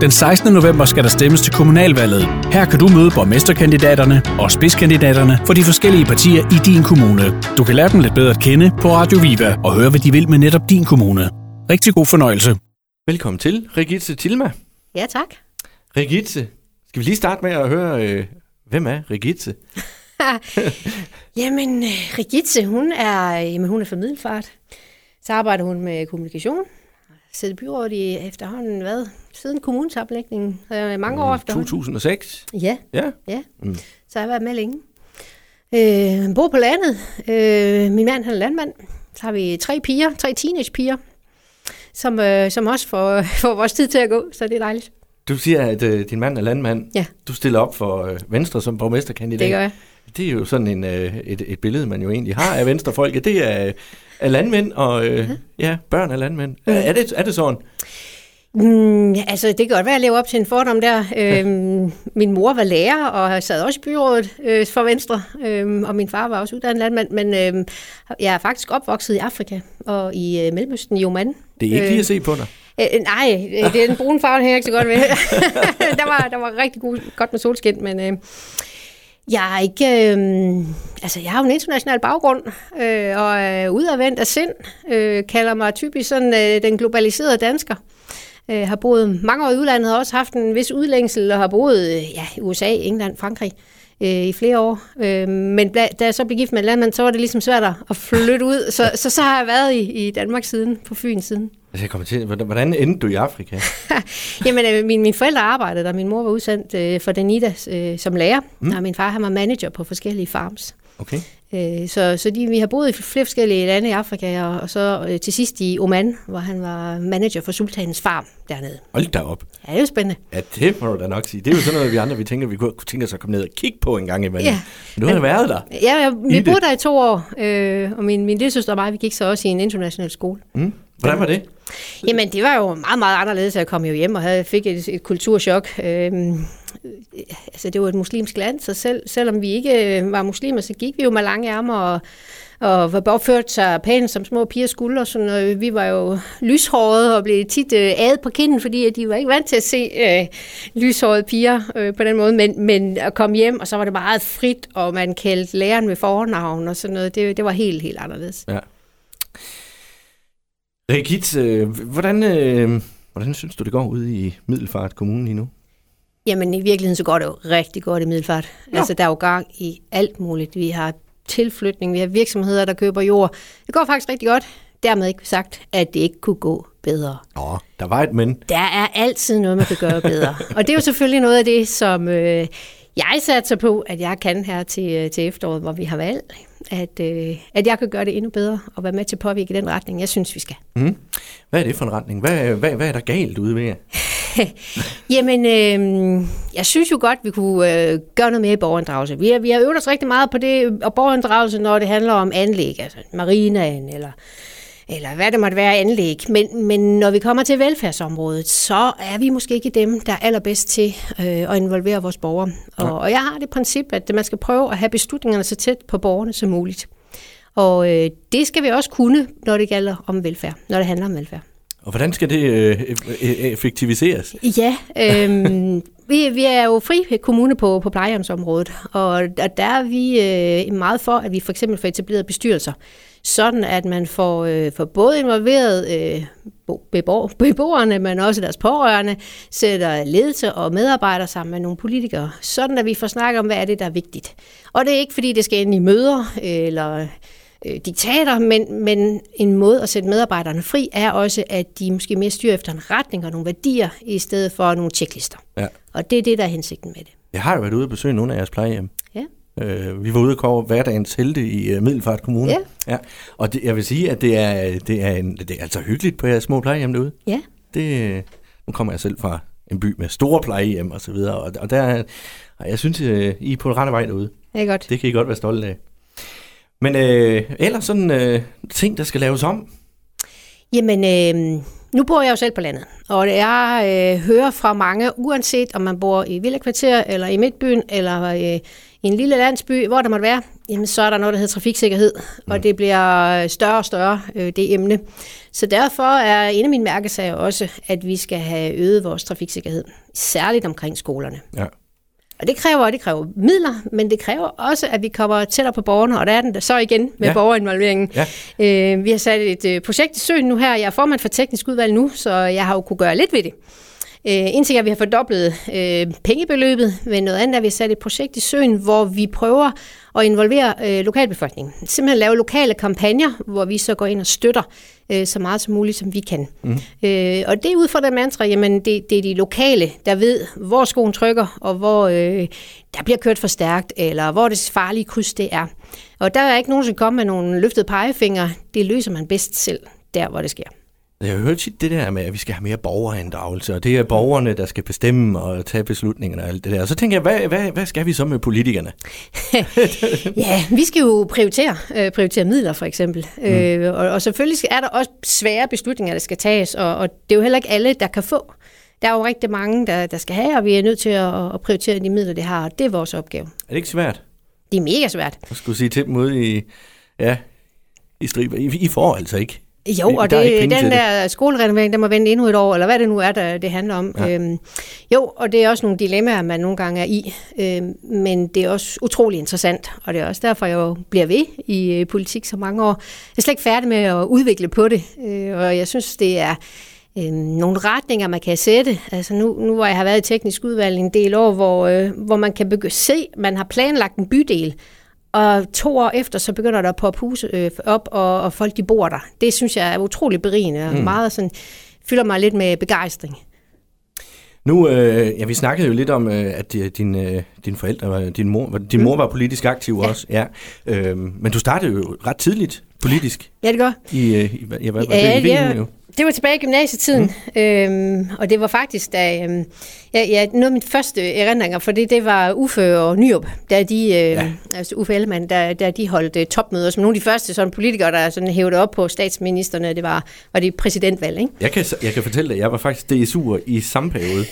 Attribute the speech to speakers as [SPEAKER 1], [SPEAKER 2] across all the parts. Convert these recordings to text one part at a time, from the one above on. [SPEAKER 1] Den 16. november skal der stemmes til kommunalvalget. Her kan du møde borgmesterkandidaterne og spidskandidaterne for de forskellige partier i din kommune. Du kan lære dem lidt bedre at kende på Radio Viva og høre, hvad de vil med netop din kommune. Rigtig god fornøjelse.
[SPEAKER 2] Velkommen til, Regitze Tilma.
[SPEAKER 3] Ja, tak.
[SPEAKER 2] Regitze, skal vi lige starte med at høre, øh, hvem er Regitze?
[SPEAKER 3] Jamen, øh, Rigitze, hun er, jamen, hun er fra Middelfart. Så arbejder hun med kommunikation. Sidder i byrådet i efterhånden, hvad? Siden kommunesoplægningen. Øh, mange år efterhånden.
[SPEAKER 2] 2006.
[SPEAKER 3] Ja,
[SPEAKER 2] Ja,
[SPEAKER 3] ja.
[SPEAKER 2] Mm.
[SPEAKER 3] Mm. Så har jeg været med længe. Øh, han bor på landet. Øh, min mand han er landmand. Så har vi tre piger, tre teenagepiger, som, øh, som også får, får vores tid til at gå, så det er dejligt.
[SPEAKER 2] du siger, at øh, din mand er landmand.
[SPEAKER 3] Ja.
[SPEAKER 2] Du stiller op for øh, Venstre som borgmesterkandidat.
[SPEAKER 3] Det gør jeg.
[SPEAKER 2] Det er jo sådan en, øh, et, et billede, man jo egentlig har af venstrefolk. at Det er, øh, er landmænd, og øh,
[SPEAKER 3] Mhm.
[SPEAKER 2] ja, børn er landmænd. Er, er, det, er det sådan?
[SPEAKER 3] Mm, altså, det kan godt være, at jeg lever op til en fordom der. Øhm, min mor var lærer og sad også i byrådet øh, for Venstre, øhm, og min far var også uddannet landmand, men øhm, jeg er faktisk opvokset i Afrika og i øh, Mellemøsten i Oman.
[SPEAKER 2] Det er ikke
[SPEAKER 3] Øh,
[SPEAKER 2] lige at se på dig.
[SPEAKER 3] Øh, nej, øh, det er den brune farve, den hænger ikke så godt ved. der, var, der var rigtig god, godt med solskin, men øh, jeg er ikke... Øh, altså, jeg har jo en international baggrund, øh, og er udadvendt af sind, øh, kalder mig typisk sådan øh, den globaliserede dansker. Øh, har boet mange år i udlandet, har også haft en vis udlængsel, og har boet øh, ja, i USA, England, Frankrig øh, i flere år. Øh, men bla, da jeg så blev gift med en landmand, så var det ligesom svært at- at flytte ud. Så, så, så har jeg været i, i Danmark siden, på Fyn siden.
[SPEAKER 2] Altså, jeg kommer til, hvordan- hvordan endte du i Afrika?
[SPEAKER 3] Jamen, øh, mine, mine forældre arbejdede der. Min mor var udsendt øh, for Danida øh, som lærer, mm. og min far han var manager på forskellige farms.
[SPEAKER 2] Okay.
[SPEAKER 3] Øh, så så de, vi har boet i flere forskellige lande i Afrika, og, og så øh, til sidst i Oman, hvor han var manager for sultanens farm dernede.
[SPEAKER 2] Hold da op.
[SPEAKER 3] Ja, det er jo spændende.
[SPEAKER 2] Ja, det må du da nok sige. Det er jo sådan noget, vi andre vi tænker, vi kunne kunne tænke os at komme ned og kigge på en gang imellem.
[SPEAKER 3] Ja.
[SPEAKER 2] Men du har da været der.
[SPEAKER 3] Ja, jeg,
[SPEAKER 2] I
[SPEAKER 3] vi
[SPEAKER 2] det.
[SPEAKER 3] boede der i to år, øh, og min, min lille søster og mig, vi gik så også i en international skole.
[SPEAKER 2] Mm. Hvordan var det?
[SPEAKER 3] Jamen, det var jo meget, meget anderledes, at jeg kom jo hjem og havde, fik et, et kulturschok. Øhm, øh, altså, det var et muslimsk land, så selv, selvom vi ikke øh, var muslimer, så gik vi jo med lange ærmer og, og var opført sig pænt som små piger skulle. Og sådan, og vi var jo lyshårede og blev tit øh, adet på kinden, fordi at de var ikke vant til at se øh, lyshårede piger øh, på den måde. Men, men at komme hjem, og så var det meget frit, og man kaldte læreren med fornavn og sådan noget. Det, det var helt, helt anderledes.
[SPEAKER 2] Ja. Regitz, øh, hvordan, øh, hvordan synes du, det går ude i Middelfart Kommune lige nu?
[SPEAKER 3] Jamen i virkeligheden så går det jo rigtig godt i Middelfart.
[SPEAKER 2] Nå.
[SPEAKER 3] Ja. Altså der er jo gang i alt muligt. Vi har tilflytning, vi har virksomheder, der køber jord. Det går faktisk rigtig godt. Dermed ikke sagt, at det ikke kunne gå bedre.
[SPEAKER 2] Nå, der var et men.
[SPEAKER 3] Der er altid noget, man kan gøre bedre. Og det er jo selvfølgelig noget af det, som øh, jeg satser på, at jeg kan her til, øh, til efteråret, hvor vi har valg. At, øh, at jeg kan gøre det endnu bedre og være med til at påvirke i den retning, jeg synes, vi skal.
[SPEAKER 2] Mm. Hvad er det for en retning? Hvad, hvad, hvad er der galt ude ved jer?
[SPEAKER 3] Jamen, øh, jeg synes jo godt, vi kunne øh, gøre noget mere i borgerinddragelse. Vi har, vi har øvet os rigtig meget på det, og borgerinddragelse, når det handler om anlæg, altså marinaen, eller, eller hvad det måtte være anlæg. Men, men når vi kommer til velfærdsområdet, så er vi måske ikke dem, der er allerbedst til øh, at involvere vores borgere. Og, og jeg har det princip, at man skal prøve at have beslutningerne så tæt på borgerne som muligt. Og øh, det skal vi også kunne, når det gælder om velfærd, når det handler om velfærd.
[SPEAKER 2] Og hvordan skal det øh, eff- effektiviseres?
[SPEAKER 3] Ja, øhm, vi, vi er jo fri kommune på, på plejehjemsområdet, og, og der er vi øh, meget for, at vi for eksempel får etableret bestyrelser, sådan at man får, øh, får både involveret øh, bo- bebor, beboerne, men også deres pårørende, sætter ledelse og medarbejdere sammen med nogle politikere, sådan at vi får snakket om, hvad er det, der er vigtigt. Og det er ikke, fordi det skal ind i møder eller øh, diktater, men, men en måde at sætte medarbejderne fri er også, at de måske mere styrer efter en retning og nogle værdier, i stedet for nogle tjeklister.
[SPEAKER 2] Ja.
[SPEAKER 3] Og det er det, der er hensigten med det.
[SPEAKER 2] Jeg har jo været ude og besøge nogle af jeres plejehjem.
[SPEAKER 3] Ja.
[SPEAKER 2] Øh, vi var ude og kåre hverdagens helte i øh, Middelfart Kommune.
[SPEAKER 3] Ja.
[SPEAKER 2] ja. Og det, jeg vil sige, at det er, det, er en, det er altså hyggeligt på jeres små plejehjem derude.
[SPEAKER 3] Ja.
[SPEAKER 2] Det, øh, nu kommer jeg selv fra en by med store plejehjem og så videre, og, og der, er- og jeg synes, øh, I er på rette vej derude.
[SPEAKER 3] Det er godt.
[SPEAKER 2] Det kan I godt være stolte af. Men øh, ellers sådan øh, ting, der skal laves om.
[SPEAKER 3] Jamen, øh, nu bor jeg jo selv på landet, og jeg øh, hører fra mange, uanset om man bor i Villakvarter, eller i Midtbyen, eller øh, i en lille landsby, hvor der måtte være, jamen, så er der noget, der hedder trafiksikkerhed, og det bliver større og større, øh, det emne. Så derfor er en af mine mærkesager også, at vi skal have øget vores trafiksikkerhed, særligt omkring skolerne.
[SPEAKER 2] Ja.
[SPEAKER 3] Og det kræver, det kræver midler, men det kræver også, at vi kommer tættere på borgerne, og der er den der så igen med
[SPEAKER 2] Ja.
[SPEAKER 3] ja. borgerinvolveringen. Ja. Øh, vi har sat et øh, projekt i søen nu her. Jeg er formand for teknisk udvalg nu, så jeg har jo kunne gøre lidt ved det. Øh, en ting er, at vi har fordoblet øh, pengebeløbet, men noget andet er, at vi har sat et projekt i søen, hvor vi prøver at involvere øh, lokalbefolkningen. Simpelthen lave lokale kampagner, hvor vi så går ind og støtter øh, så meget som muligt, som vi kan. Mm. Øh, og det er ud fra den mantra, jamen det, det er de lokale, der ved, hvor skoen trykker, og hvor øh, der bliver kørt for stærkt, eller hvor det farlige kryds det er. Og der er ikke nogen, som kommer med nogle løftede pegefinger. Det løser man bedst selv, der hvor det sker.
[SPEAKER 2] Jeg har hørt tit det der med, at vi skal have mere borgerinddragelse, og det er borgerne, der skal bestemme og tage beslutningerne og alt det der. Og så tænker jeg, hvad, hvad, hvad skal vi så med politikerne?
[SPEAKER 3] Ja, vi skal jo prioritere, øh, prioritere midler for eksempel. Mm. Øh, og, og selvfølgelig skal- er der også svære beslutninger, der skal tages, og, og det er jo heller ikke alle, der kan få. Der er jo rigtig mange, der, der skal have, og vi er nødt til at, at prioritere de midler, det har, og det er vores opgave.
[SPEAKER 2] Er det ikke svært?
[SPEAKER 3] Det er mega svært.
[SPEAKER 2] Jeg skulle sige til dem ude i, ja, i striber. I, I får altså ikke.
[SPEAKER 3] Jo,
[SPEAKER 2] Der
[SPEAKER 3] og
[SPEAKER 2] er ikke
[SPEAKER 3] det,
[SPEAKER 2] penge til
[SPEAKER 3] den
[SPEAKER 2] det.
[SPEAKER 3] der skolerenovering, der må vente endnu et år, eller hvad det nu er, der, det handler om. Ja. Øhm, jo, og det er også nogle dilemmaer, man nogle gange er i, øhm, men det er også utrolig interessant, og det er også derfor, jeg jo bliver ved i øh, politik så mange år. Jeg er slet ikke færdig med at udvikle på det, øh, og jeg synes, det er øh, nogle retninger, man kan sætte. Altså nu, nu hvor jeg har været i teknisk udvalg en del år, hvor, øh, hvor man kan begy- se, man har planlagt en bydel, og to år efter, så begynder der at poppe huse øh, op, og, og folk de bor der. Det synes jeg er utrolig berigende,
[SPEAKER 2] Mm.
[SPEAKER 3] og meget sådan, fylder mig lidt med begejstring.
[SPEAKER 2] Nu, øh, ja, vi snakkede jo lidt om, øh, at øh, din, øh, dine forældre, var- din mor, var- din mor var politisk aktiv ja. også. Ja. Øh, men du startede jo ret tidligt politisk
[SPEAKER 3] Ja, det gør.
[SPEAKER 2] i, øh, i, hvad- ja, hvad,
[SPEAKER 3] Ja,
[SPEAKER 2] ja, det, i
[SPEAKER 3] ja.
[SPEAKER 2] ja. jo.
[SPEAKER 3] Det var tilbage i gymnasietiden, mm. øhm, og det var faktisk, da øhm, ja, ja, noget af mine første erindringer, for det, det var Uffe og Nyrup, da de, øh, ja. altså Uffe Ellemann, da, da de holdt øh, topmøder, som nogle af de første sådan, politikere, der sådan, hævde op på statsministerne, det var, var det præsidentvalg, ikke?
[SPEAKER 2] Jeg kan, jeg kan fortælle dig, at jeg var faktisk DSU'er i samme periode.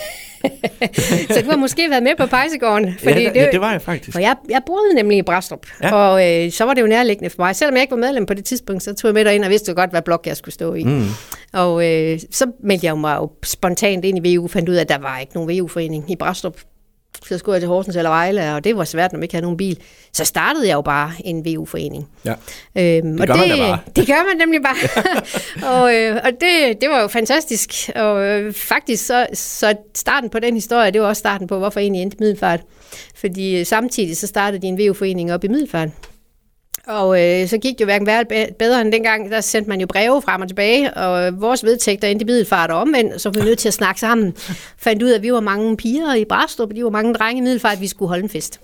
[SPEAKER 3] Så du har måske været med på pejsegården,
[SPEAKER 2] Fordi
[SPEAKER 3] fordi
[SPEAKER 2] ja, det, ja, det var jeg faktisk.
[SPEAKER 3] Og jeg, jeg boede nemlig i Brastrup,
[SPEAKER 2] Ja.
[SPEAKER 3] ja. og øh, så var det jo nærliggende for mig. Selvom jeg ikke var medlem på det tidspunkt, så tog jeg med derind og vidste jo godt, hvad blok jeg skulle stå i. Mm. Og øh, så meldte jeg jo mig jo spontant ind i VU, fandt ud af, at der var ikke nogen VU-forening i Brastrup. Så skulle jeg til Horsens eller Vejle, og det var svært, når man ikke havde nogen bil. Så startede jeg jo bare en VU-forening.
[SPEAKER 2] Ja.
[SPEAKER 3] Øhm,
[SPEAKER 2] Det gør man da bare.
[SPEAKER 3] Det gør man nemlig bare. og øh, og det, det var jo fantastisk. Og øh, faktisk så, så starten på den historie, det var også starten på, hvorfor jeg egentlig endte i Middelfart. Fordi øh, samtidig så startede de en VU-forening op i Middelfart. Og øh, så gik det jo hverken værre eller be- bedre end dengang, der sendte man jo breve frem og tilbage, og øh, vores vedtægter endte i middelfart og omvendt, så var vi nødt til at snakke sammen. Fandt ud af, at vi var mange piger i Brastrup, og de var mange drenge i middelfart, vi skulle holde en fest.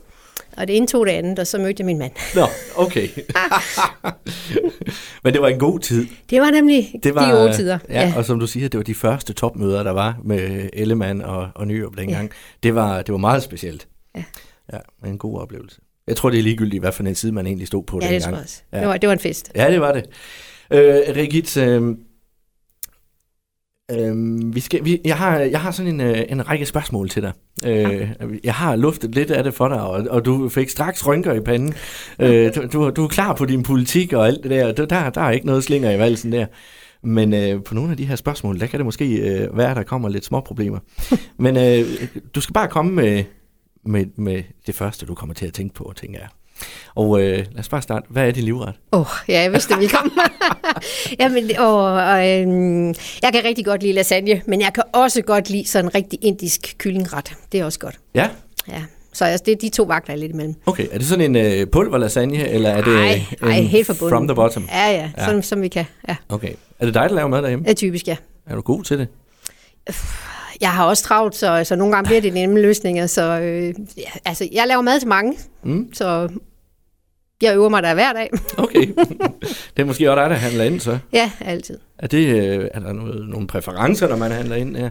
[SPEAKER 3] Og det ene tog det andet, og så mødte jeg min mand.
[SPEAKER 2] Nå, okay. Ah. men det var en god tid.
[SPEAKER 3] Det var nemlig
[SPEAKER 2] Det var, øh,
[SPEAKER 3] de gode tider.
[SPEAKER 2] Ja, ja, og som du siger, det var de første topmøder, der var med Ellemann og, og Nyrup dengang. Det, var, det var meget specielt.
[SPEAKER 3] Ja.
[SPEAKER 2] Ja, men en god oplevelse. Jeg tror, det er ligegyldigt, hvad for en side man egentlig stod på
[SPEAKER 3] ja det tror
[SPEAKER 2] dengang.
[SPEAKER 3] jeg også.
[SPEAKER 2] Ja.
[SPEAKER 3] Ja. Det, var, det var en fest.
[SPEAKER 2] Ja, det var det. Øh, Rigit, øh, øh, vi skal, vi, jeg, har, jeg har sådan en, øh, en række spørgsmål til dig. Øh, jeg har luftet lidt af det for dig, og, og du fik straks rynker i panden. Øh, du, du, du er klar på din politik og alt det der. Der, der, der er ikke noget slinger i valsen der. Men øh, på nogle af de her spørgsmål, der kan det måske øh, være, at der kommer lidt små problemer. Men øh, du skal bare komme med, med, med det første, du kommer til at tænke på, tænker jeg. Og øh, lad os bare starte. Hvad er din livret?
[SPEAKER 3] Åh, oh, ja, jeg vidste, det ville komme. Jamen, og, og, øhm, jeg kan rigtig godt lide lasagne, men jeg kan også godt lide sådan en rigtig indisk kyllingret. Det er også godt.
[SPEAKER 2] Ja,
[SPEAKER 3] Ja. Så altså, det er de to vagter jeg er lidt imellem.
[SPEAKER 2] Okay, er det sådan en øh, pulverlasagne, eller er det øh,
[SPEAKER 3] Ej, ej,
[SPEAKER 2] en
[SPEAKER 3] helt forbundet.
[SPEAKER 2] from the bottom?
[SPEAKER 3] Ja, ja,
[SPEAKER 2] Ja.
[SPEAKER 3] ja. Som, som vi kan. Ja.
[SPEAKER 2] Okay. Er det dig, der laver mad derhjemme?
[SPEAKER 3] Det er typisk, ja.
[SPEAKER 2] Er du god til det?
[SPEAKER 3] Jeg har også travlt, så, så nogle gange bliver det nemme løsninger. Så øh, ja, altså, jeg laver mad til mange,
[SPEAKER 2] Mm.
[SPEAKER 3] så jeg øver mig der hver dag.
[SPEAKER 2] Okay. det er måske også dig, der handler ind, så.
[SPEAKER 3] ja, altid.
[SPEAKER 2] Er, det, øh, er der noget, nogle præferencer, når man handler ind? Ja.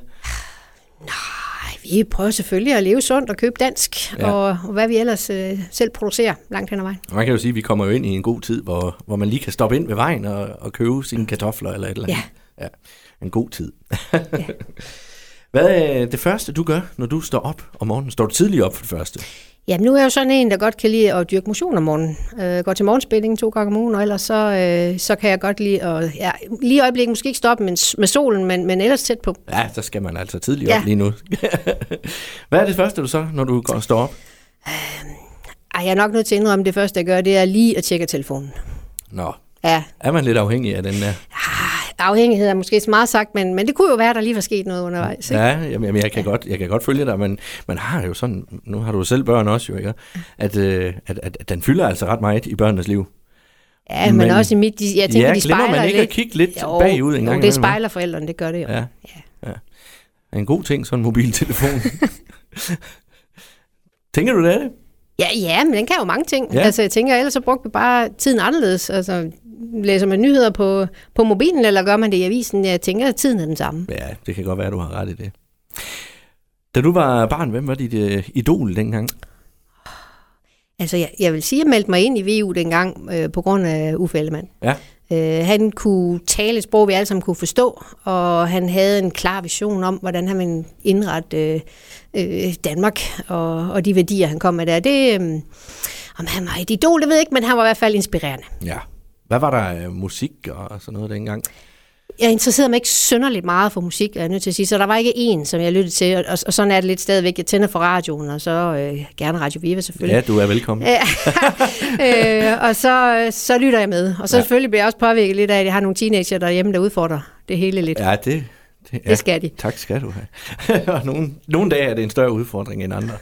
[SPEAKER 3] Ej, vi prøver selvfølgelig at leve sundt og købe dansk,
[SPEAKER 2] Ja.
[SPEAKER 3] ja. og, og hvad vi ellers øh, selv producerer langt hen ad vejen.
[SPEAKER 2] Og Man kan jo sige, at vi kommer jo ind i en god tid, hvor, hvor man lige kan stoppe ind ved vejen og, og købe sine kartofler eller et eller andet. Ja. ja. En god tid. øh, Hvad er det første, du gør, når du står op om morgenen? Står du tidligt op for det første?
[SPEAKER 3] Jamen, nu er jeg jo sådan en, der godt kan lide at dyrke motion om morgenen. Øh, går til morgenspænding to gange om ugen, og ellers så, øh, så kan jeg godt lide at... Ja, lige i øjeblikket måske ikke stoppe med, med solen, men, men ellers tæt på.
[SPEAKER 2] Ja, så skal man altså tidligere
[SPEAKER 3] Ja.
[SPEAKER 2] op lige nu. Hvad er det første, du så, når du går og står op?
[SPEAKER 3] Ej, jeg er nok nødt til at indrømme, at det første, jeg gør, det er lige at tjekke telefonen.
[SPEAKER 2] Nå,
[SPEAKER 3] Ja,
[SPEAKER 2] er man lidt afhængig af den der?
[SPEAKER 3] ah, afhængighed er måske så meget sagt, men, men det kunne jo være, at der lige var sket noget undervejs. Ikke?
[SPEAKER 2] Ja, jamen, jamen, jeg, kan godt, jeg kan godt følge dig, men man har jo sådan, nu har du jo selv børn også jo, ikke? At, øh, at, at, at den fylder altså ret meget i børnenes liv.
[SPEAKER 3] Ja, men,
[SPEAKER 2] Men-
[SPEAKER 3] men også i mit... De, jeg tænker,
[SPEAKER 2] ja,
[SPEAKER 3] de
[SPEAKER 2] glemmer
[SPEAKER 3] spejler
[SPEAKER 2] man ikke
[SPEAKER 3] lidt.
[SPEAKER 2] at kigge lidt
[SPEAKER 3] Jo,
[SPEAKER 2] bagud en gang
[SPEAKER 3] jo, det
[SPEAKER 2] imellem,
[SPEAKER 3] spejler forældrene, det gør det jo.
[SPEAKER 2] Ja.
[SPEAKER 3] Ja.
[SPEAKER 2] Er en god ting, sådan en mobiltelefon. Tænker du det er det?
[SPEAKER 3] Ja, ja, men den kan jo mange ting.
[SPEAKER 2] Ja.
[SPEAKER 3] Ja. Altså, jeg tænker, ellers så brugte vi bare tiden anderledes. Altså, læser man nyheder på, på mobilen, eller gør man det i avisen? Jeg tænker, at tiden er den samme.
[SPEAKER 2] Ja, det kan godt være, du har ret i det. Da du var barn, hvem var dit øh, idol dengang?
[SPEAKER 3] Altså, jeg, jeg vil sige, at jeg meldte mig ind i VU dengang øh, på grund af Uffe Ellemann.
[SPEAKER 2] Ja.
[SPEAKER 3] Øh, han kunne tale et sprog, vi alle sammen kunne forstå, og han havde en klar vision om, hvordan han ville indrette øh, øh, Danmark og, og de værdier, han kom med der. Det, øh, om han var et idol, det ved jeg ikke, men han var i hvert fald inspirerende.
[SPEAKER 2] Ja. Hvad var der øh, musik og sådan noget dengang?
[SPEAKER 3] jeg interesserede mig ikke synderligt meget for musik, er jeg nødt til at sige, så der var ikke en, som jeg lyttede til, og, og, og sådan er det lidt stadigvæk. Jeg tænder for radioen, og så øh, gerne Radio Viva
[SPEAKER 2] Ja,
[SPEAKER 3] selvfølgelig.
[SPEAKER 2] du er velkommen.
[SPEAKER 3] Ja. øh, og så, øh, så lytter jeg med. Og så
[SPEAKER 2] Ja.
[SPEAKER 3] ja. selvfølgelig bliver jeg også påvirket lidt af, at jeg har nogle teenager derhjemme, der udfordrer det hele lidt. Ja.
[SPEAKER 2] Ja, det, det, ja.
[SPEAKER 3] Det skal de.
[SPEAKER 2] Tak skal du have. og nogle, nogle dage er det en større udfordring end andre.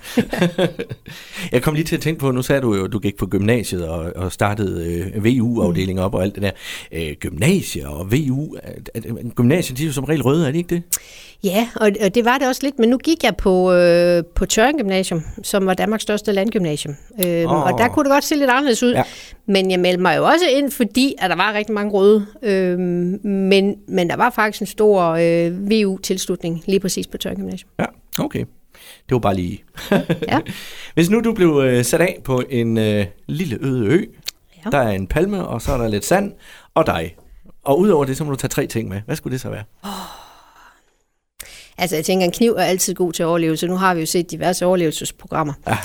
[SPEAKER 2] jeg kom lige til at tænke på, nu sagde du jo, du gik på gymnasiet og, og startede øh, VU-afdelingen op og alt det der. Øh, gymnasier og VU, er, er, er, gymnasier de er jo som regel røde, er det ikke det?
[SPEAKER 3] Ja, og, og det var det også lidt, men nu gik jeg på, øh, på Tøren Gymnasium, som var Danmarks største landgymnasium. Øh,
[SPEAKER 2] Åh.
[SPEAKER 3] oh. Og der kunne det godt se lidt anderledes ud.
[SPEAKER 2] Ja.
[SPEAKER 3] Ja. Men jeg meldte mig jo også ind, fordi at der var rigtig mange røde. Øh, men, men der var faktisk en stor øh, VU-tilslutning lige præcis på Tøren Gymnasium.
[SPEAKER 2] Ja, okay. Det var bare lige.
[SPEAKER 3] Ja.
[SPEAKER 2] Hvis nu du blev øh, sat af på en øh, lille øde ø, ja.
[SPEAKER 3] Ja.
[SPEAKER 2] der er en palme, og så er der lidt sand, og dig. Og udover det, så må du tage tre ting med. Hvad skulle det så være?
[SPEAKER 3] Altså, jeg tænker, en kniv er altid god til overlevelse. Nu har vi jo set diverse overlevelsesprogrammer.
[SPEAKER 2] Ja.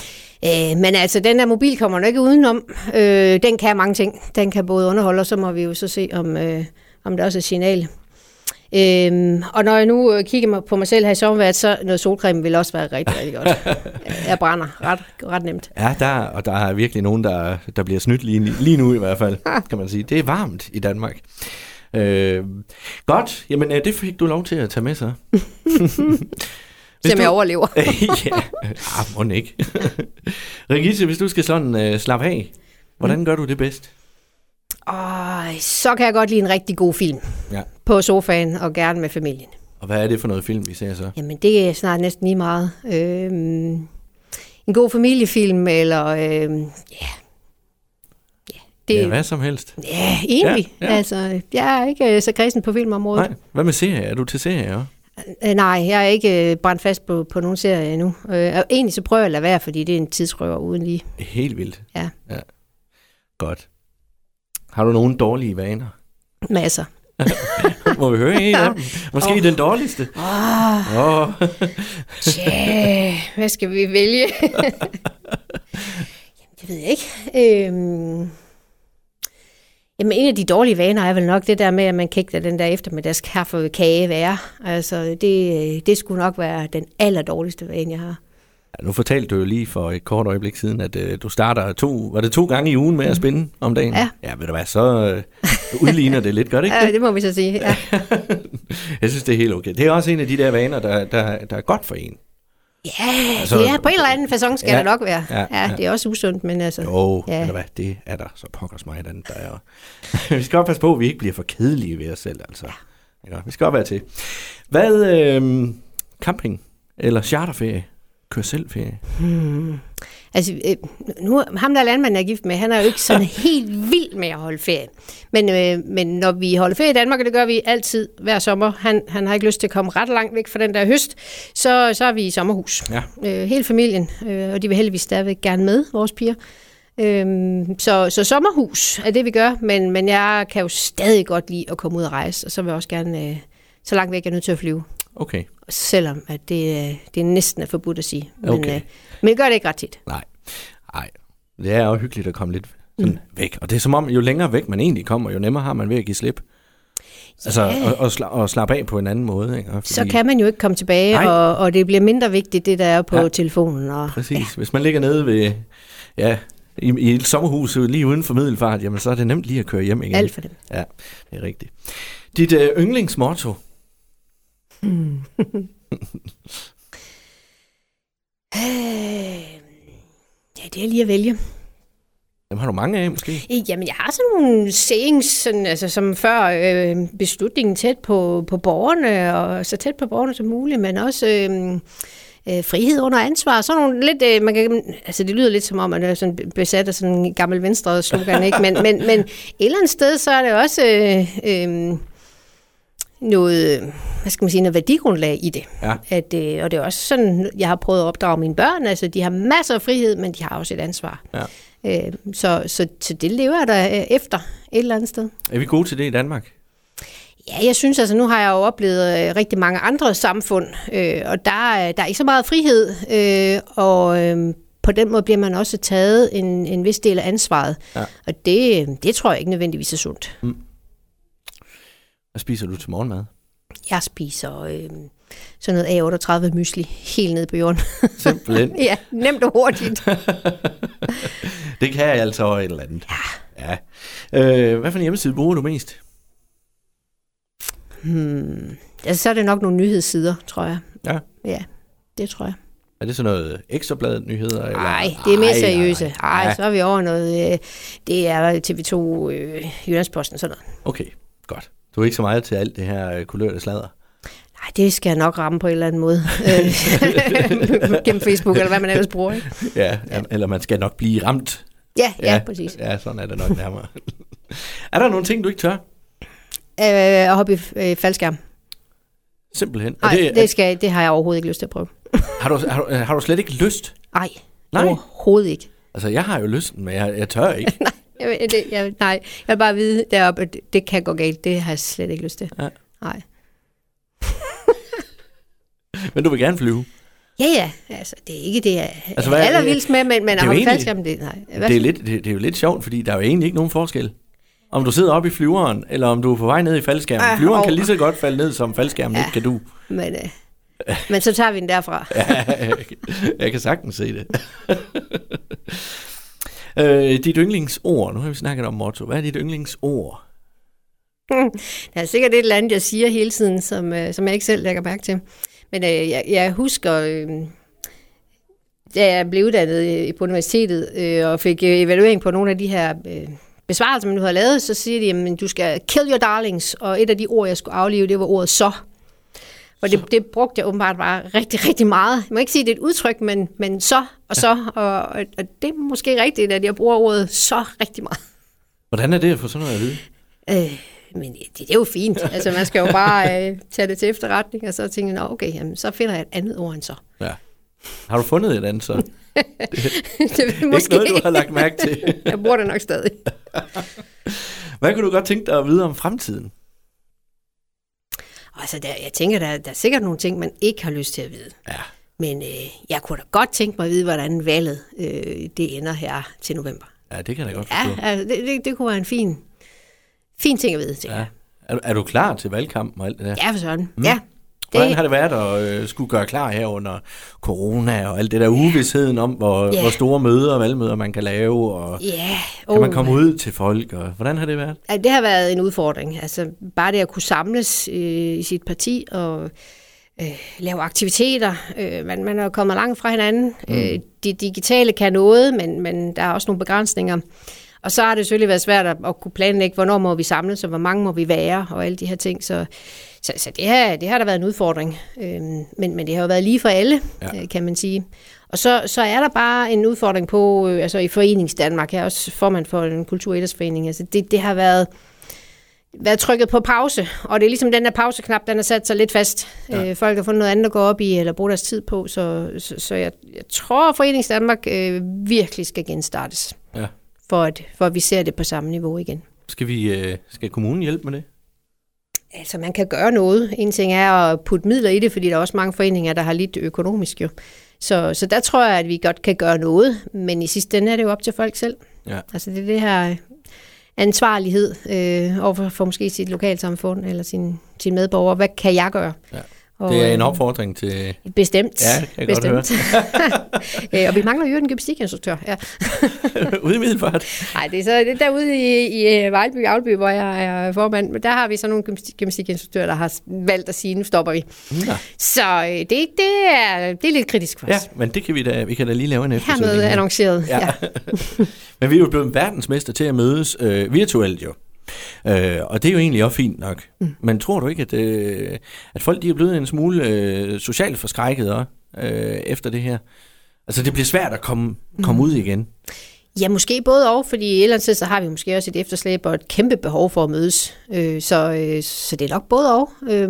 [SPEAKER 3] Øh, men altså, den der mobil kommer du ikke udenom. Øh, den kan mange ting. Den kan både underholde, og så må vi jo så se, om, øh, om der også er signal. Øhm, og når jeg nu øh, kigger mig- på mig selv her i sommerværet, så noget solcreme vil også være rigtig, rigtig godt. jeg brænder ret, ret nemt.
[SPEAKER 2] Ja, der, og der er virkelig nogen, der, der bliver snydt lige, lige nu i hvert fald, kan man sige. Det er varmt i Danmark. Øh, godt, jamen øh, det fik du lov til at tage med så.
[SPEAKER 3] Hvis
[SPEAKER 2] du-
[SPEAKER 3] jeg overlever.
[SPEAKER 2] ja, ah, må den ikke. Regisse, hvis du skal sådan øh, slappe af, hvordan gør du det bedst?
[SPEAKER 3] Og så kan jeg godt lide en rigtig god film
[SPEAKER 2] Ja.
[SPEAKER 3] på sofaen og gerne med familien.
[SPEAKER 2] Og hvad er det for noget film, vi ser så?
[SPEAKER 3] Jamen, det er snart næsten lige meget. Øhm, en god familiefilm, eller... Øhm, ja. ja,
[SPEAKER 2] Det...
[SPEAKER 3] det
[SPEAKER 2] Ja,
[SPEAKER 3] er
[SPEAKER 2] hvad som helst.
[SPEAKER 3] ja, egentlig.
[SPEAKER 2] Ja,
[SPEAKER 3] Ja,
[SPEAKER 2] ja.
[SPEAKER 3] ja. Altså, jeg er ikke øh, så kristen på filmområdet.
[SPEAKER 2] Nej, hvad med serier? Er du til serier også?
[SPEAKER 3] Nej, Nej jeg er ikke øh, brændt fast på, på nogen serie endnu. Øh, og egentlig så prøver jeg at lade være, fordi det er en tidsrøver uden lige.
[SPEAKER 2] Helt vildt.
[SPEAKER 3] Ja.
[SPEAKER 2] ja. Godt. Har du nogle dårlige vaner?
[SPEAKER 3] Masser.
[SPEAKER 2] Må vi høre en af dem? Måske oh. den dårligste?
[SPEAKER 3] Åh,
[SPEAKER 2] Åh, oh,
[SPEAKER 3] tja, hvad skal vi vælge? Jamen, det ved jeg ikke. Øhm, jamen, en af de dårlige vaner er vel nok det der med, at man kan ikke lade den der eftermiddags kaffe og kage være. Altså, det, øh, det skulle nok være den allerdårligste vane, jeg har.
[SPEAKER 2] Ja, nu fortalte du jo lige for et kort øjeblik siden, at øh, du starter to, var det to gange i ugen med at spinde om dagen?
[SPEAKER 3] Ja.
[SPEAKER 2] Ja, ved du hvad, så øh, udligner det lidt, gør det ikke
[SPEAKER 3] Ja,
[SPEAKER 2] det?
[SPEAKER 3] det må vi så sige. Ja.
[SPEAKER 2] Jeg synes, det er helt okay. Det er også en af de der vaner, der, der, der er godt for en.
[SPEAKER 3] Ja,
[SPEAKER 2] Altså-
[SPEAKER 3] ja, på en eller anden façon skal
[SPEAKER 2] Ja,
[SPEAKER 3] ja, det nok være.
[SPEAKER 2] ja,
[SPEAKER 3] Ja,
[SPEAKER 2] ja.
[SPEAKER 3] ja, det er også usundt, men altså...
[SPEAKER 2] Jo, ja.
[SPEAKER 3] Ja.
[SPEAKER 2] ved du hvad, det er der så pokkers mig, den der er. vi skal godt passe på, at vi ikke bliver for kedelige ved os selv, altså. Ja. Vi skal godt være til. Hvad, øh, camping eller charterferie? Kør selvferie.
[SPEAKER 3] Altså, øh, nu, ham der landmanden er gift med, han er jo ikke sådan helt vild med at holde ferie. Men, øh, men når vi holder ferie i Danmark, og det gør vi altid hver sommer, han, han har ikke lyst til at komme ret langt væk fra den der høst, så, så er vi i sommerhus.
[SPEAKER 2] Ja.
[SPEAKER 3] Øh, hele familien, øh, og de vil heldigvis stadigvæk gerne med, vores piger. Øhm, så, så sommerhus er det, vi gør, men, men jeg kan jo stadig godt lide at komme ud og rejse, og så vil jeg også gerne, øh, så langt væk jeg er nødt til at flyve.
[SPEAKER 2] Okay.
[SPEAKER 3] Selvom at det, øh, det næsten er forbudt at sige. Men,
[SPEAKER 2] Okay.
[SPEAKER 3] øh, men jeg gør det ikke ret tit.
[SPEAKER 2] Nej. Nej, det er jo hyggeligt at komme lidt sådan mm. væk. Og det er som om, jo længere væk man egentlig kommer, jo nemmere har man ved at give slip. Altså, og, og, sla, og slappe af på en anden måde. Ikke? Og
[SPEAKER 3] Fordi... Så kan man jo ikke komme tilbage,
[SPEAKER 2] Nej.
[SPEAKER 3] og, og det bliver mindre vigtigt, det der er på
[SPEAKER 2] Ja.
[SPEAKER 3] ja. telefonen. Og...
[SPEAKER 2] Præcis. Ja. Hvis man ligger nede ved, ja, i, i et sommerhus lige uden for middelfart, jamen så er det nemt lige at køre hjem igen.
[SPEAKER 3] Alt for dem.
[SPEAKER 2] Ja, det er rigtigt. Dit øh, yndlingsmotto?
[SPEAKER 3] Øh... Ja, det er lige at vælge.
[SPEAKER 2] Dem har du mange af, måske?
[SPEAKER 3] Øh, Jamen, jeg har sådan nogle sayings, sådan, altså, som før øh, beslutningen tæt på, på borgerne, og så tæt på borgerne som muligt, men også øh, øh, frihed under ansvar. Sådan nogle lidt, øh, man kan, altså det lyder lidt som om, at det er sådan besat af sådan en gammel venstre slogan, ikke? Men, men, men et eller andet sted, så er det også øh, øh, noget, hvad skal man sige, noget værdigrundlag i det.
[SPEAKER 2] Ja.
[SPEAKER 3] At, øh, og det er også sådan, jeg har prøvet at opdrage mine børn, altså de har masser af frihed, men de har også et ansvar.
[SPEAKER 2] ja.
[SPEAKER 3] Øh, så, så, så det lever jeg da øh, efter et eller andet sted.
[SPEAKER 2] Er vi gode til det i Danmark?
[SPEAKER 3] Ja, jeg synes altså, nu har jeg jo oplevet øh, rigtig mange andre samfund, øh, og der, er- der er ikke så meget frihed, øh, og øh, på den måde bliver man også taget en, en vis del af ansvaret.
[SPEAKER 2] Ja.
[SPEAKER 3] Og det, øh, det tror jeg ikke nødvendigvis er sundt.
[SPEAKER 2] Hvad spiser du til morgenmad?
[SPEAKER 3] Jeg spiser øh, sådan noget A38 mysli helt ned på jorden.
[SPEAKER 2] Simpelthen.
[SPEAKER 3] ja, nemt og hurtigt.
[SPEAKER 2] det kan jeg altså over et eller andet. Ja. ja. Øh, hvad for en hjemmeside bruger du mest?
[SPEAKER 3] Hmm. Altså, så er det nok nogle nyhedssider, tror jeg.
[SPEAKER 2] Ja.
[SPEAKER 3] Ja, det tror jeg.
[SPEAKER 2] Er det sådan noget ekstrabladet nyheder? eller-
[SPEAKER 3] Nej, det er mere
[SPEAKER 2] Ej, nej,
[SPEAKER 3] seriøse.
[SPEAKER 2] nej.
[SPEAKER 3] Nej,
[SPEAKER 2] Ja.
[SPEAKER 3] så er vi over noget. Øh, det er TV2, øh, Jyllandsposten sådan noget.
[SPEAKER 2] Okay, godt. Du er ikke så meget til alt det her øh, kulørte sladder.
[SPEAKER 3] Nej, det skal jeg nok ramme på en eller anden måde. Øh, Gennem Facebook, eller hvad man ellers bruger. Ikke?
[SPEAKER 2] Ja, ja, eller man skal nok blive ramt.
[SPEAKER 3] Ja, ja, ja, præcis.
[SPEAKER 2] Ja, sådan er det nok nærmere. er der nogle ting, du ikke tør?
[SPEAKER 3] Øh, og hoppe i øh, faldskærm.
[SPEAKER 2] Simpelthen. Er
[SPEAKER 3] Nej, det,
[SPEAKER 2] er,
[SPEAKER 3] det, skal, det har jeg overhovedet ikke lyst til at prøve.
[SPEAKER 2] har, du, har, du, har du slet ikke lyst?
[SPEAKER 3] Nej,
[SPEAKER 2] Nej.
[SPEAKER 3] overhovedet ikke.
[SPEAKER 2] Altså, jeg har jo lysten, men jeg, jeg tør ikke.
[SPEAKER 3] Jeg, ved- det, jeg, nej, jeg vil bare vide deroppe, at det- det kan gå galt. Det har jeg slet ikke lyst til.
[SPEAKER 2] Ja.
[SPEAKER 3] Nej.
[SPEAKER 2] men du vil gerne flyve.
[SPEAKER 3] Ja, ja, altså, det er ikke det, jeg
[SPEAKER 2] Altså,
[SPEAKER 3] altså,
[SPEAKER 2] hvad
[SPEAKER 3] er
[SPEAKER 2] er-
[SPEAKER 3] allervildest med, men, men
[SPEAKER 2] er
[SPEAKER 3] at
[SPEAKER 2] jo
[SPEAKER 3] hoppe i
[SPEAKER 2] egentlig-
[SPEAKER 3] faldskærm, det, nej. Hvad
[SPEAKER 2] Det er, lidt, det, det er jo lidt sjovt, fordi der er jo egentlig ikke nogen forskel. Om du sidder oppe i flyveren, eller om du er på vej ned i faldskærmen.
[SPEAKER 3] Ah,
[SPEAKER 2] flyveren
[SPEAKER 3] og-
[SPEAKER 2] kan lige så godt falde ned, som faldskærmen ja. ikke kan du.
[SPEAKER 3] Men, øh, men så tager vi den derfra.
[SPEAKER 2] jeg kan sagtens se det. øh, dit yndlingsord. Nu har vi snakket om motto. Hvad er dit yndlingsord?
[SPEAKER 3] Der er sikkert et eller andet, jeg siger hele tiden, som, øh, som jeg ikke selv lægger mærke til. Men øh, jeg, jeg husker, øh, da jeg blev uddannet øh, på universitetet øh, og fik øh, evaluering på nogle af de her øh, besvarelser, man nu havde lavet, så siger de, at du skal kill your darlings, og et af de ord, jeg skulle aflive, det var ordet så. Og det, det brugte jeg åbenbart bare rigtig, rigtig meget. Jeg må ikke sige, at det er et udtryk, men, men så og så. Og, og, og det er måske rigtigt, at jeg bruger ordet så rigtig meget.
[SPEAKER 2] Hvordan er det at få sådan noget at vide?
[SPEAKER 3] Øh, men det, det er jo fint. Altså, man skal jo bare øh, tage det til efterretning, og så tænke, nå okay, jamen, så finder jeg et andet ord end så.
[SPEAKER 2] Ja. Har du fundet et andet så? Det
[SPEAKER 3] det er
[SPEAKER 2] er ikke noget, du har lagt mærke til.
[SPEAKER 3] jeg bruger det nok stadig.
[SPEAKER 2] Hvad kunne du godt tænke dig at vide om fremtiden?
[SPEAKER 3] Altså, der, jeg tænker, der, der er sikkert nogle ting, man ikke har lyst til at vide.
[SPEAKER 2] Ja.
[SPEAKER 3] Men øh, jeg kunne da godt tænke mig at vide, hvordan valget øh, det ender her til november.
[SPEAKER 2] Ja, det kan jeg da godt forstå.
[SPEAKER 3] Ja, altså, det, det, det kunne være en fin, fin ting at vide, tænker
[SPEAKER 2] Ja.
[SPEAKER 3] jeg.
[SPEAKER 2] Er, du- er du klar til valgkampen og alt det der?
[SPEAKER 3] Ja, for sådan. Mm. Ja,
[SPEAKER 2] Hvordan har det været at øh, skulle gøre klar her under corona og alt det der uvidsheden om, hvor,
[SPEAKER 3] Ja.
[SPEAKER 2] hvor store møder og valgmøder man kan lave, og
[SPEAKER 3] ja. oh.
[SPEAKER 2] kan man
[SPEAKER 3] åh,
[SPEAKER 2] komme ud til folk, og hvordan har det været?
[SPEAKER 3] Ja, det har været en udfordring. Altså bare det at kunne samles øh, i sit parti og øh, lave aktiviteter. Øh, man, man er jo kommet langt fra hinanden. Mm. Øh, det digitale kan noget, men, men der er også nogle begrænsninger. Og så har det selvfølgelig været svært at, at kunne planlægge, hvornår må vi samles, og hvor mange må vi være, og alle de her ting. Så, så, så det, har, det har der været en udfordring. Øh, men, men det har jo været lige for alle,
[SPEAKER 2] Ja.
[SPEAKER 3] ja. øh, kan man sige. Og så, så er der bare en udfordring på, øh, altså i Forenings Danmark, jeg er også formand for en kultur- og idrætsforening, altså det, det har været været trykket på pause, og det er ligesom den der pauseknap, den har sat sig lidt fast. Ja. Øh, folk har fundet noget andet at gå op i, eller bruge deres tid på, så, så, så jeg, jeg tror, Forenings Danmark øh, virkelig skal genstartes,
[SPEAKER 2] Ja.
[SPEAKER 3] for at, for at vi ser det på samme niveau igen.
[SPEAKER 2] Skal, vi, øh, skal kommunen hjælpe med det?
[SPEAKER 3] Altså, man kan gøre noget. En ting er at putte midler i det, fordi der er også mange foreninger, der har lidt økonomisk jo. Så, så der tror jeg, at vi godt kan gøre noget, men i sidste ende er det jo op til folk selv.
[SPEAKER 2] Ja.
[SPEAKER 3] Altså det er det her ansvarlighed øh, overfor for måske sit lokalsamfund eller sin, sin medborgere. Hvad kan jeg gøre?
[SPEAKER 2] Ja.
[SPEAKER 3] Og,
[SPEAKER 2] Det er en
[SPEAKER 3] øh,
[SPEAKER 2] opfordring til...
[SPEAKER 3] Bestemt.
[SPEAKER 2] Ja, det kan jeg godt
[SPEAKER 3] bestemt. godt høre. og vi mangler jo en gymnastikinstruktør. Ja.
[SPEAKER 2] Ude i Middelfart.
[SPEAKER 3] Nej, det er så det er derude i, i øh, Vejlby Aulby, hvor jeg er formand. Men der har vi så nogle gymnastik- gymnastikinstruktører, der har s- valgt at sige, nu stopper vi.
[SPEAKER 2] Nå.
[SPEAKER 3] Så øh, det, er- det, er, det er lidt kritisk for os.
[SPEAKER 2] Ja, men det kan vi da, vi kan da lige lave en eftersøgning.
[SPEAKER 3] Hermed annonceret.
[SPEAKER 2] Ja. Men vi er jo blevet verdensmester til at mødes øh, virtuelt jo. Øh, og det er jo egentlig også fint nok. Mm. Men tror du ikke, at, øh, at folk de er blevet en smule øh, socialt forskrækket også, øh, efter det her? Altså det bliver svært at komme, komme ud igen.
[SPEAKER 3] Ja, måske både og, fordi i et eller andet sted, så har vi måske også et efterslæb og et kæmpe behov for at mødes. Øh, så, øh, så det er nok både og. Øh,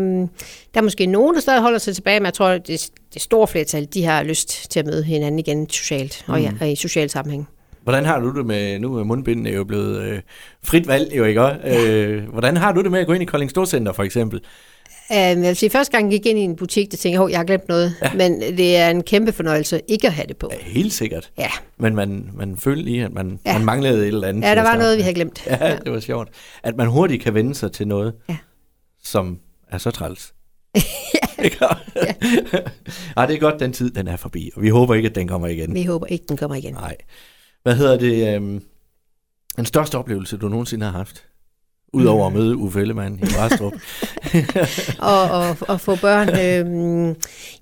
[SPEAKER 3] der er måske nogen, der stadig holder sig tilbage, men jeg tror, at det, det store flertal, de har lyst til at møde hinanden igen socialt og,
[SPEAKER 2] Mm.
[SPEAKER 3] ja, og i social sammenhæng.
[SPEAKER 2] Hvordan har du det med, nu er mundbindene jo blevet øh, frit valg jo ikke også? Øh, hvordan har du det med at gå ind i Kolding Storcenter for eksempel?
[SPEAKER 3] Øh, jeg vil sige, første gang jeg gik ind i en butik, der tænkte jeg, at jeg har glemt noget. Ja. Men det er en kæmpe fornøjelse ikke at have det på.
[SPEAKER 2] Ja, helt sikkert.
[SPEAKER 3] Ja,
[SPEAKER 2] Men man, man følte lige, at man, ja.
[SPEAKER 3] Ja.
[SPEAKER 2] man manglede et eller andet.
[SPEAKER 3] ja
[SPEAKER 2] til
[SPEAKER 3] der
[SPEAKER 2] at
[SPEAKER 3] var
[SPEAKER 2] starte
[SPEAKER 3] noget, vi
[SPEAKER 2] med.
[SPEAKER 3] havde glemt.
[SPEAKER 2] Ja, det var sjovt. At man hurtigt kan vende sig til noget,
[SPEAKER 3] Ja.
[SPEAKER 2] som er så træls. Ikke? Ej, det er godt, den tid den er forbi, og vi håber ikke, at den kommer igen.
[SPEAKER 3] Vi håber ikke, den kommer igen.
[SPEAKER 2] Nej. Hvad hedder det? Øhm, den største oplevelse, du nogensinde har haft? Udover at møde Uffe Ellemann i Brastrup.
[SPEAKER 3] og, og, og få børn. Øhm,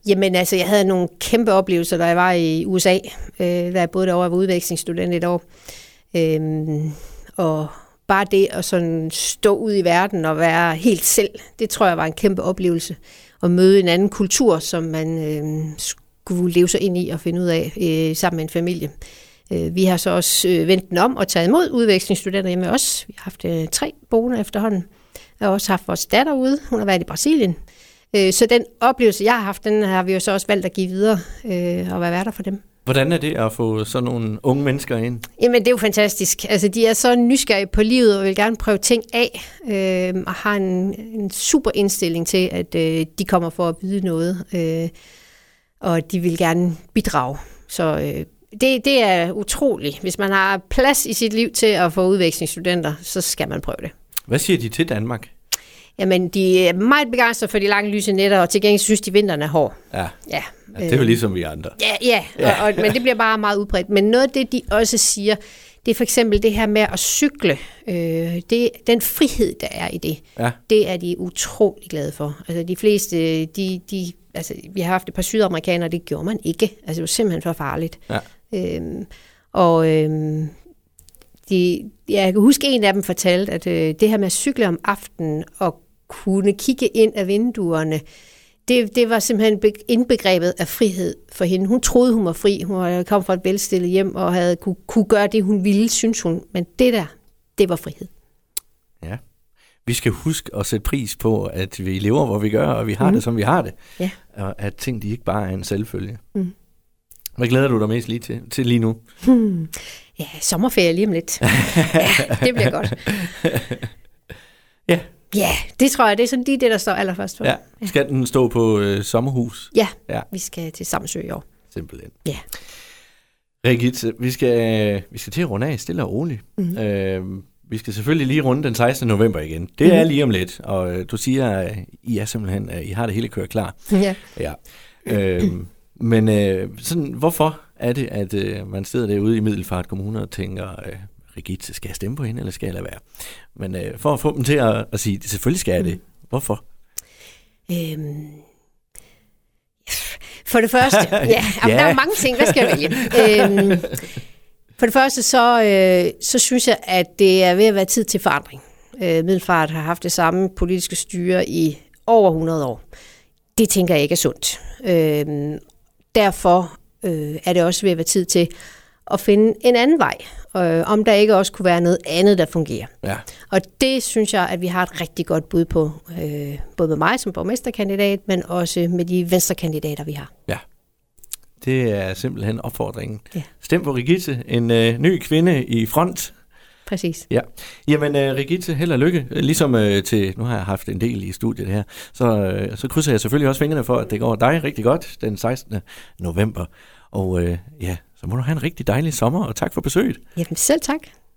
[SPEAKER 3] jamen altså, jeg havde nogle kæmpe oplevelser, da jeg var i USA, øh, da jeg boede derovre og var udvekslingsstudent et år. Øhm, og bare det at sådan stå ud i verden og være helt selv, det tror jeg var en kæmpe oplevelse. At møde en anden kultur, som man øh, skulle leve sig ind i og finde ud af øh, sammen med en familie. Øh, Vi har så også øh, vendt den om og taget imod udvekslingsstudenter hjemme også. Vi har haft øh, tre boende efterhånden. Jeg har også haft vores datter ude. Hun har været i Brasilien. Øh, Så den oplevelse, jeg har haft, den har vi jo så også valgt at give videre øh, og være værter for dem.
[SPEAKER 2] Hvordan er det at få sådan nogle unge mennesker ind?
[SPEAKER 3] Jamen, det er jo fantastisk. Altså, de er så nysgerrige på livet og vil gerne prøve ting af, øh, og har en, en super indstilling til, at øh, de kommer for at vide noget, øh, og de vil gerne bidrage. Så øh, det, det er utroligt. Hvis man har plads i sit liv til at få udvekslingsstudenter, så skal man prøve det.
[SPEAKER 2] Hvad siger de til Danmark?
[SPEAKER 3] Jamen, de er meget begejstrede for de lange lyse nætter, og til gengæld synes de, at vinteren er hård.
[SPEAKER 2] Ja,
[SPEAKER 3] Ja,
[SPEAKER 2] ja
[SPEAKER 3] Øh.
[SPEAKER 2] det er jo ligesom vi andre.
[SPEAKER 3] Ja, ja, og, og, men det bliver bare meget udbredt. Men noget af det, de også siger, det er for eksempel det her med at cykle. Øh, det, den frihed, der er i det,
[SPEAKER 2] Ja.
[SPEAKER 3] det er de utrolig glade for. Altså de fleste, de, de, altså, vi har haft et par sydamerikanere, det gjorde man ikke. Altså det var simpelthen for farligt.
[SPEAKER 2] Ja.
[SPEAKER 3] Øhm, og øhm, de, jeg kan huske, en af dem fortalte, at øh, det her med at cykle om aftenen og kunne kigge ind af vinduerne, det, det var simpelthen be- indbegrebet af frihed for hende. Hun troede, hun var fri. Hun var- kom fra et velstillet hjem og havde kunne, kunne gøre det, hun ville, synes hun. Men det der, det var frihed.
[SPEAKER 2] Ja. Vi skal huske at sætte pris på, at vi lever, hvor vi gør, og vi har mm. det, som vi har det.
[SPEAKER 3] Mhm. Ja.
[SPEAKER 2] Og at ting, de ikke bare er en selvfølge. Mm. Hvad glæder du dig mest lige til, til lige nu?
[SPEAKER 3] Ja, sommerferie lige om lidt. ja, det bliver godt.
[SPEAKER 2] Ja.
[SPEAKER 3] Ja, det tror jeg, det er sådan lige det, der står allerførst for.
[SPEAKER 2] ja. Skal den stå på øh, sommerhus?
[SPEAKER 3] ja
[SPEAKER 2] Ja.
[SPEAKER 3] vi skal til Samsø i år.
[SPEAKER 2] Simpelthen.
[SPEAKER 3] Ja.
[SPEAKER 2] Rigitte, vi skal, vi skal til at runde af stille og roligt. Mm.
[SPEAKER 3] Mhm.
[SPEAKER 2] Øh, vi skal selvfølgelig lige runde den 16. november igen. Det
[SPEAKER 3] Mhm.
[SPEAKER 2] er lige om lidt, og øh, du siger, øh, I er simpelthen, øh, I har det hele kørt klar.
[SPEAKER 3] Ja.
[SPEAKER 2] Ja. øhm, men øh, sådan, hvorfor er det, at øh, man sidder derude i Middelfart Kommune og tænker, øh, Rigit, skal jeg stemme på hende, eller skal jeg lade være? Men øh, for at få dem til at, at sige, selvfølgelig skal jeg det. Hvorfor?
[SPEAKER 3] Øhm. For det første, ja, ja.
[SPEAKER 2] Ja.
[SPEAKER 3] Jamen, der er mange ting, hvad skal jeg vælge? øhm, for det første, så, øh, så synes jeg, at det er ved at være tid til forandring. Øh, Middelfart har haft det samme politiske styre i over 100 år. Det tænker jeg ikke er sundt. Øhm, derfor øh, er det også ved at være tid til at finde en anden vej. Øh, om der ikke også kunne være noget andet, der fungerer.
[SPEAKER 2] Ja,
[SPEAKER 3] Og det synes jeg, at vi har et rigtig godt bud på, øh, både med mig som borgmesterkandidat, men også med de venstrekandidater, vi har.
[SPEAKER 2] ja. Det er simpelthen opfordringen.
[SPEAKER 3] Ja.
[SPEAKER 2] Stem på Rigitte, en øh, ny kvinde i front.
[SPEAKER 3] Præcis.
[SPEAKER 2] Ja. Jamen, øh, Rigitte, held og lykke. Ligesom øh, til, nu har jeg haft en del i studiet her, så, øh, så krydser jeg selvfølgelig også fingrene for, at det går dig rigtig godt den 16. november. Og øh, ja, så må du have en rigtig dejlig sommer, og tak for besøget.
[SPEAKER 3] Jamen selv tak.